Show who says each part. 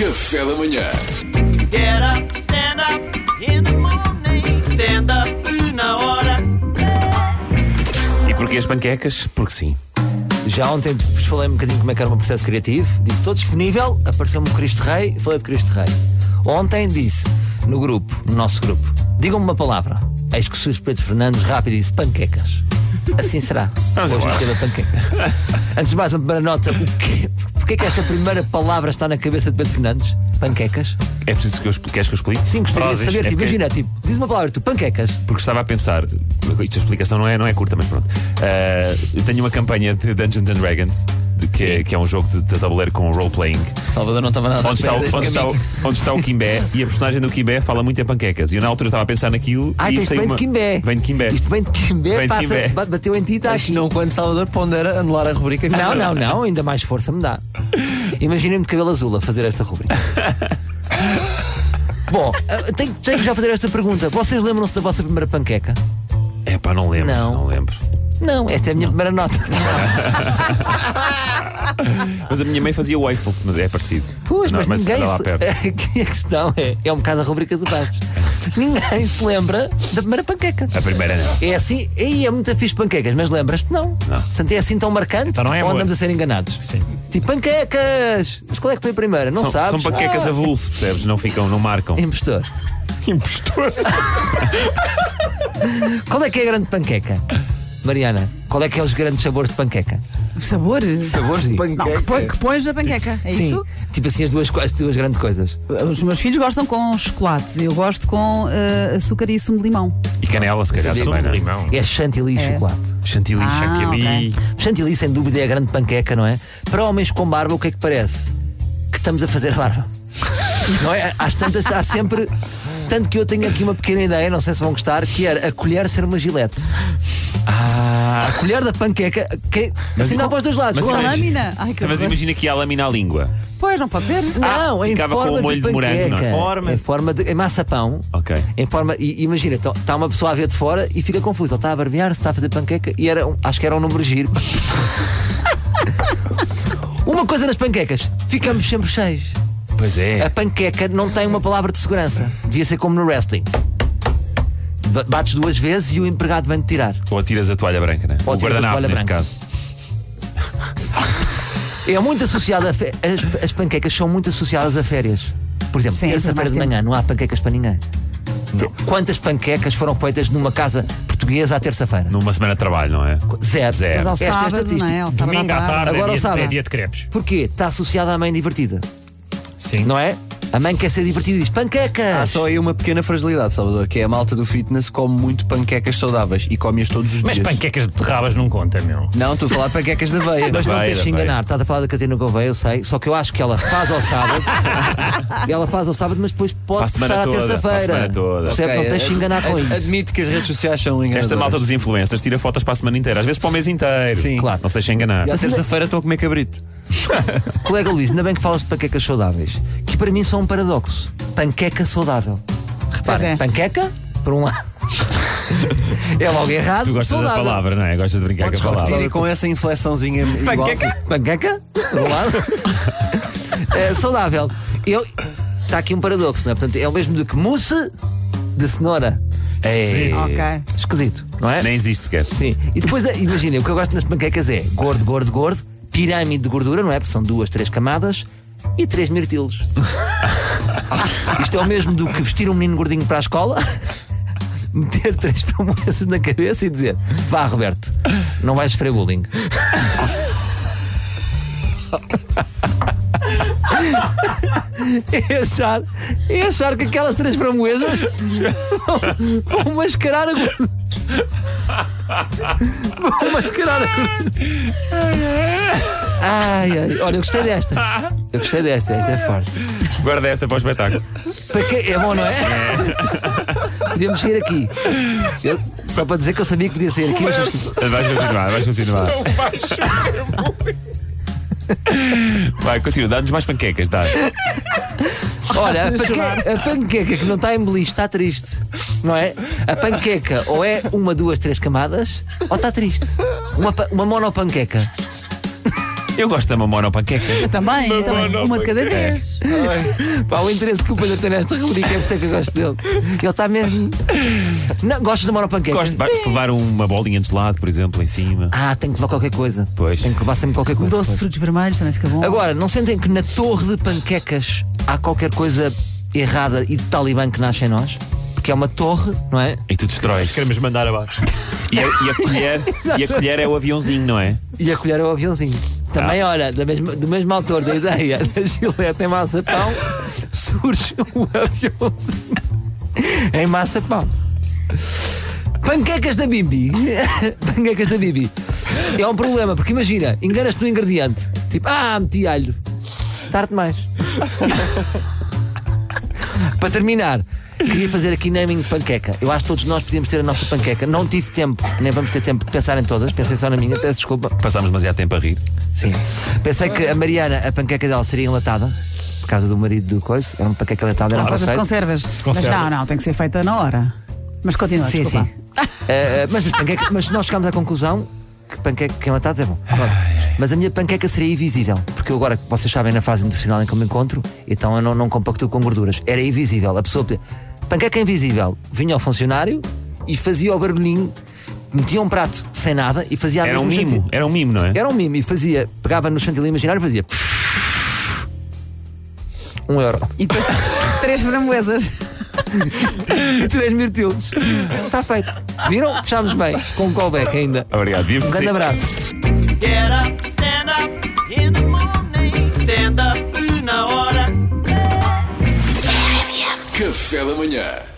Speaker 1: Café da manhã.
Speaker 2: Get up, stand up in the morning. Stand up na hora.
Speaker 3: E porquê as panquecas? Porque sim.
Speaker 4: Já ontem vos falei um bocadinho como é que era o meu processo criativo. Disse, estou disponível, apareceu-me o Cristo Rei, falei de Cristo Rei. Ontem disse, no grupo, no nosso grupo, digam-me uma palavra. Eis que surge Pedro Fernandes rápido e disse, panquecas. Assim será.
Speaker 3: Vamos
Speaker 4: Hoje
Speaker 3: embora.
Speaker 4: nos teve a panqueca. Antes de mais, uma primeira nota. O quê? Porquê que esta primeira palavra está na cabeça de Pedro Fernandes? Panquecas?
Speaker 3: É preciso que eu explique. Queres que eu explique?
Speaker 4: Sim, gostaria
Speaker 3: Prozis,
Speaker 4: de saber.
Speaker 3: é
Speaker 4: Tipo,
Speaker 3: porque-
Speaker 4: imagina, tipo, diz uma palavra, tu, panquecas.
Speaker 3: Porque estava a pensar. Isto a explicação não é, não é curta, mas pronto. Ah, eu tenho uma campanha de Dungeons and Dragons, de- que, é, que é um jogo de, de tabuleiro com role-playing.
Speaker 4: Salvador não estava nada à
Speaker 3: Onde está,
Speaker 4: espera
Speaker 3: o,
Speaker 4: deste
Speaker 3: onde, está o,
Speaker 4: caminho.
Speaker 3: onde está o Kimbé e a personagem do Kimbé fala muito em panquecas. E eu na altura estava a pensar naquilo.
Speaker 4: Ah,
Speaker 3: e
Speaker 4: então isto
Speaker 3: saiu
Speaker 4: vem
Speaker 3: uma...
Speaker 4: de Quimbé.
Speaker 3: Vem de Quimbé.
Speaker 4: Isto vem de
Speaker 3: É. Vem
Speaker 4: Quimbé,
Speaker 3: de
Speaker 4: passa,
Speaker 3: Quimbé.
Speaker 4: ba- bateu em ti e está aqui.
Speaker 5: Senão, quando Salvador pondera anular a rubrica.
Speaker 4: Não, não, não, ainda mais força me dá. Imaginem-me de cabelo azul a fazer esta rubrica. Bom, eh, tenho, tenho que já fazer esta pergunta. Vocês lembram-se da vossa primeira panqueca?
Speaker 3: É pá, não lembro.
Speaker 4: Não.
Speaker 3: não lembro.
Speaker 4: Não, esta é a minha primeira nota.
Speaker 3: Mas a minha mãe fazia waffles, mas é parecido.
Speaker 4: Pois,
Speaker 3: Não,
Speaker 4: mas, ninguém.
Speaker 3: anda lá perto.
Speaker 4: Se... Aqui a questão é, é um bocado a rubrica do Bastos. ninguém se lembra da primeira panqueca.
Speaker 3: A primeira né? não.
Speaker 4: É assim, aí é muito fixe panquecas, mas lembras-te não.
Speaker 3: Não.
Speaker 4: Portanto, é assim tão marcante
Speaker 3: Então não é
Speaker 4: ou andamos
Speaker 3: amor.
Speaker 4: a ser enganados?
Speaker 3: Sim.
Speaker 4: Tipo, panquecas! Mas qual é que foi a primeira? Não
Speaker 3: são,
Speaker 4: sabes?
Speaker 3: são panquecas
Speaker 4: ah,
Speaker 3: avulso, percebes? Não ficam, não marcam.
Speaker 4: Impostor. É
Speaker 3: Impostor.
Speaker 4: Qual é que é a grande panqueca? Mariana, qual é que é os grandes sabores de panqueca?
Speaker 6: Os sabores?
Speaker 4: Sabores de
Speaker 6: Não, que, põe- que pões na panqueca, é
Speaker 4: Sim,
Speaker 6: isso?
Speaker 4: tipo assim as duas, co- as duas grandes coisas.
Speaker 6: Uh, Os meus filhos gostam com chocolate, eu gosto com eh, açúcar e sumo de limão.
Speaker 3: E canela, se calhar, também, não? limão.
Speaker 4: É chantilly e
Speaker 6: É.
Speaker 4: chocolate.
Speaker 3: Chantilly,
Speaker 6: Ah,
Speaker 3: chantilly.
Speaker 4: Chantilly, sem dúvida, é a grande panqueca, não é? Para homens com barba, o que é que parece? Que estamos a fazer a barba. Não é? Às tantas, há sempre. Tanto que eu tenho aqui uma pequena ideia, não sei se vão gostar, que era a colher ser uma gilete. Ah, a colher da panqueca, que, assim dá
Speaker 3: com-
Speaker 4: para os dois lados.
Speaker 3: mas
Speaker 4: Com a
Speaker 6: Com a
Speaker 3: imagina-
Speaker 6: lâmina? Ai, que
Speaker 3: Mas
Speaker 6: horror. Ah.
Speaker 3: imagina que há lâmina à língua.
Speaker 6: Pois, não pode ser?
Speaker 4: Não, em
Speaker 3: Ah, ficava com
Speaker 4: forma
Speaker 3: o molho de morango,
Speaker 4: panqueca.
Speaker 3: não é?
Speaker 4: Em forma de em massa pão.
Speaker 3: Ok.
Speaker 4: Em forma, e, imagina, está uma pessoa a ver de fora e fica confusa. Ele está a barbear-se, está a fazer panqueca e era um- acho que era um número giro. uma coisa nas panquecas, ficamos sempre cheios.
Speaker 3: Pois
Speaker 4: A
Speaker 3: é.
Speaker 4: panqueca não tem uma palavra de segurança. Devia ser como no wrestling. Ba- Bates duas vezes e o empregado vem-te tirar.
Speaker 3: Ou tiras a toalha branca, né?
Speaker 4: Ou
Speaker 3: o
Speaker 4: tiras a
Speaker 3: guardanapo,
Speaker 4: toalha
Speaker 3: neste
Speaker 4: branca.
Speaker 3: caso.
Speaker 4: É muito associada a fe- as, as panquecas são muito associadas a férias. Por exemplo,
Speaker 6: Sim,
Speaker 4: terça-feira
Speaker 6: tem mais
Speaker 4: de manhã não há panquecas para ninguém. Te- Quantas panquecas foram feitas numa casa portuguesa à terça-feira?
Speaker 3: Numa semana de trabalho, não é?
Speaker 4: Zero.
Speaker 3: Zero.
Speaker 6: Mas ao
Speaker 4: Esta é a
Speaker 6: sábado,
Speaker 4: estatística.
Speaker 6: não é? Ao sábado
Speaker 7: Domingo à tarde
Speaker 4: Agora
Speaker 7: é,
Speaker 4: ao
Speaker 7: dia,
Speaker 4: sábado.
Speaker 7: é dia de crepes.
Speaker 4: Porquê? Está associada à mãe divertida,
Speaker 7: Sim.
Speaker 4: não é? A mãe quer ser divertida e
Speaker 3: Ah,
Speaker 4: diz
Speaker 5: Há
Speaker 4: panquecas!
Speaker 5: só aí uma pequena fragilidade, Salvador, que é a malta do fitness come muito panquecas saudáveis e come-as todos os
Speaker 7: Mas
Speaker 5: dias.
Speaker 7: panquecas de terrabas não conta, meu.
Speaker 5: Não, estou a falar de panquecas da veia.
Speaker 4: Mas não
Speaker 3: Vai,
Speaker 4: te deixes
Speaker 3: vai.
Speaker 4: enganar, estás a falar da Catarina Gouveia, eu sei, só que eu acho que ela faz ao sábado, ela faz ao sábado, mas depois
Speaker 3: Para a
Speaker 4: pode
Speaker 3: semana
Speaker 4: postar à
Speaker 3: toda, para a
Speaker 4: terça-feira.
Speaker 3: semana toda. é-
Speaker 4: Percebe? Não
Speaker 5: Ok,
Speaker 4: te deixes
Speaker 5: ad-
Speaker 4: enganar com
Speaker 5: ad-
Speaker 4: isso.
Speaker 5: Admito que as redes sociais são enganadoras.
Speaker 3: Esta malta dos influencers tira fotos para a semana inteira, às vezes para o mês inteiro.
Speaker 5: Sim.
Speaker 4: Claro.
Speaker 3: Não se deixa enganar.
Speaker 5: E à terça-feira estão a comer cabrito.
Speaker 3: é-
Speaker 4: Colega Luís, ainda bem que falas de panquecas saudáveis, que para mim são um paradoxo. Panqueca saudável. Repara,
Speaker 6: Pois é.
Speaker 4: panqueca, por um lado, é logo errado.
Speaker 3: Tu gostas da
Speaker 4: saudável.
Speaker 3: palavra, não é? Gostas de brincar
Speaker 5: Podes
Speaker 3: com a palavra.
Speaker 5: repetir e com essa inflexãozinha igual.
Speaker 4: Panqueca, por um lado. É, saudável. Eu, está aqui um paradoxo, não é? Portanto, é o mesmo do que mousse de cenoura.
Speaker 3: Ei,
Speaker 6: Ah. Ok.
Speaker 4: Esquisito, não é?
Speaker 3: Nem existe sequer.
Speaker 4: Sim. E depois, eh, imaginem, o que eu gosto nas panquecas é gordo, gordo, gordo, pirâmide de gordura, não é? Porque são duas, três camadas e três mirtilos. Isto é o mesmo do que vestir um menino gordinho para a escola. Meter três promessas na cabeça e dizer: Vá, Roberto, não vais sofrer bullying. É achar, é achar que aquelas três framboesas vão, vão mascarar a gordura. Vão mascarar a gordura. Ai, ai, olha, eu gostei desta. Eu gostei desta, esta é forte.
Speaker 3: Guarda essa para o espetáculo.
Speaker 4: Para quê? É bom, não é? Podíamos sair aqui. Eu- só para dizer que eu sabia que podia sair aqui, mas
Speaker 3: Vais continuar, vais continuar. Vai, continua, dá-nos mais panquecas, dá.
Speaker 4: Olha, a, panque- a panqueca que não está em beliche está triste, não é? A panqueca ou é uma, duas, três camadas ou está triste. Uma, pa- uma monopanqueca.
Speaker 3: Eu gosto da mamona panqueca.
Speaker 6: Eu também, eu também. uma de cada vez.
Speaker 4: Pá, o interesse que o Pedro tem nesta rubrica é por isso é que eu gosto dele. Ele está mesmo. Não, gostas da monopanqueca?
Speaker 3: Gosto de se levar uma bolinha de gelado, por exemplo, em cima.
Speaker 4: Ah, tem que levar qualquer coisa.
Speaker 3: Pois.
Speaker 4: Tem que levar sempre qualquer coisa.
Speaker 6: Doce de frutos vermelhos também fica bom.
Speaker 4: Agora, não sentem que na torre de panquecas há qualquer coisa errada e de talibã que nasce em nós? Porque é uma torre, não é?
Speaker 3: E tu destróis.
Speaker 7: Queremos mandar abaixo.
Speaker 3: E a, e a colher, e a colher é o aviãozinho, não é?
Speaker 4: E a colher é o aviãozinho. Também, olha, da mesma- do mesmo autor da ideia da Gillette em maçapão, surge um aviãozinho em maçapão. Panquecas da Bibi. Panquecas da Bibi. É um problema, porque imagina, enganas-te no ingrediente. Tipo, ah, meti alho. Tarde mais. Para terminar, queria fazer aqui naming de panqueca. Eu acho que todos nós podíamos ter a nossa panqueca. Não tive tempo, nem vamos ter tempo de pensar em todas. Pensei só na minha, peço desculpa.
Speaker 3: Passámos demasiado tempo a rir.
Speaker 4: Sim. Pensei que a Mariana, a panqueca dela seria enlatada, por causa do marido do coiso. Era uma panqueca enlatada, era um
Speaker 6: Por causa das
Speaker 4: conceito.
Speaker 6: conservas. Mas
Speaker 7: conservas.
Speaker 6: não, não, tem que ser feita na hora. Mas continua,
Speaker 4: Sim,
Speaker 6: desculpa.
Speaker 4: sim. Eh, eh, mas, as panqueca- mas nós chegámos à conclusão que panqueca que enlatados é bom. Agora, mas a minha panqueca seria invisível, porque eu agora, vocês sabem, na fase nutricional em que eu me encontro, então eu não, não compactuo com gorduras. Era invisível. A pessoa. podia- Panqueca é invisível. Vinha ao funcionário e fazia o barulhinho, metia um prato sem nada e fazia a
Speaker 3: Era um
Speaker 4: mesma
Speaker 3: mimo, era um mimo, não é?
Speaker 4: Era um mimo e fazia, pegava no chantilly imaginário e fazia. Um euro.
Speaker 6: E depois tá três framboesas.
Speaker 4: E 3 mil tilos. Está feito. Viram? Fechámos bem. Com um callback ainda.
Speaker 3: Obrigado.
Speaker 4: Um grande abraço.
Speaker 2: Get up, stand up in the morning. Stand up, una hora.
Speaker 1: Café da manhã.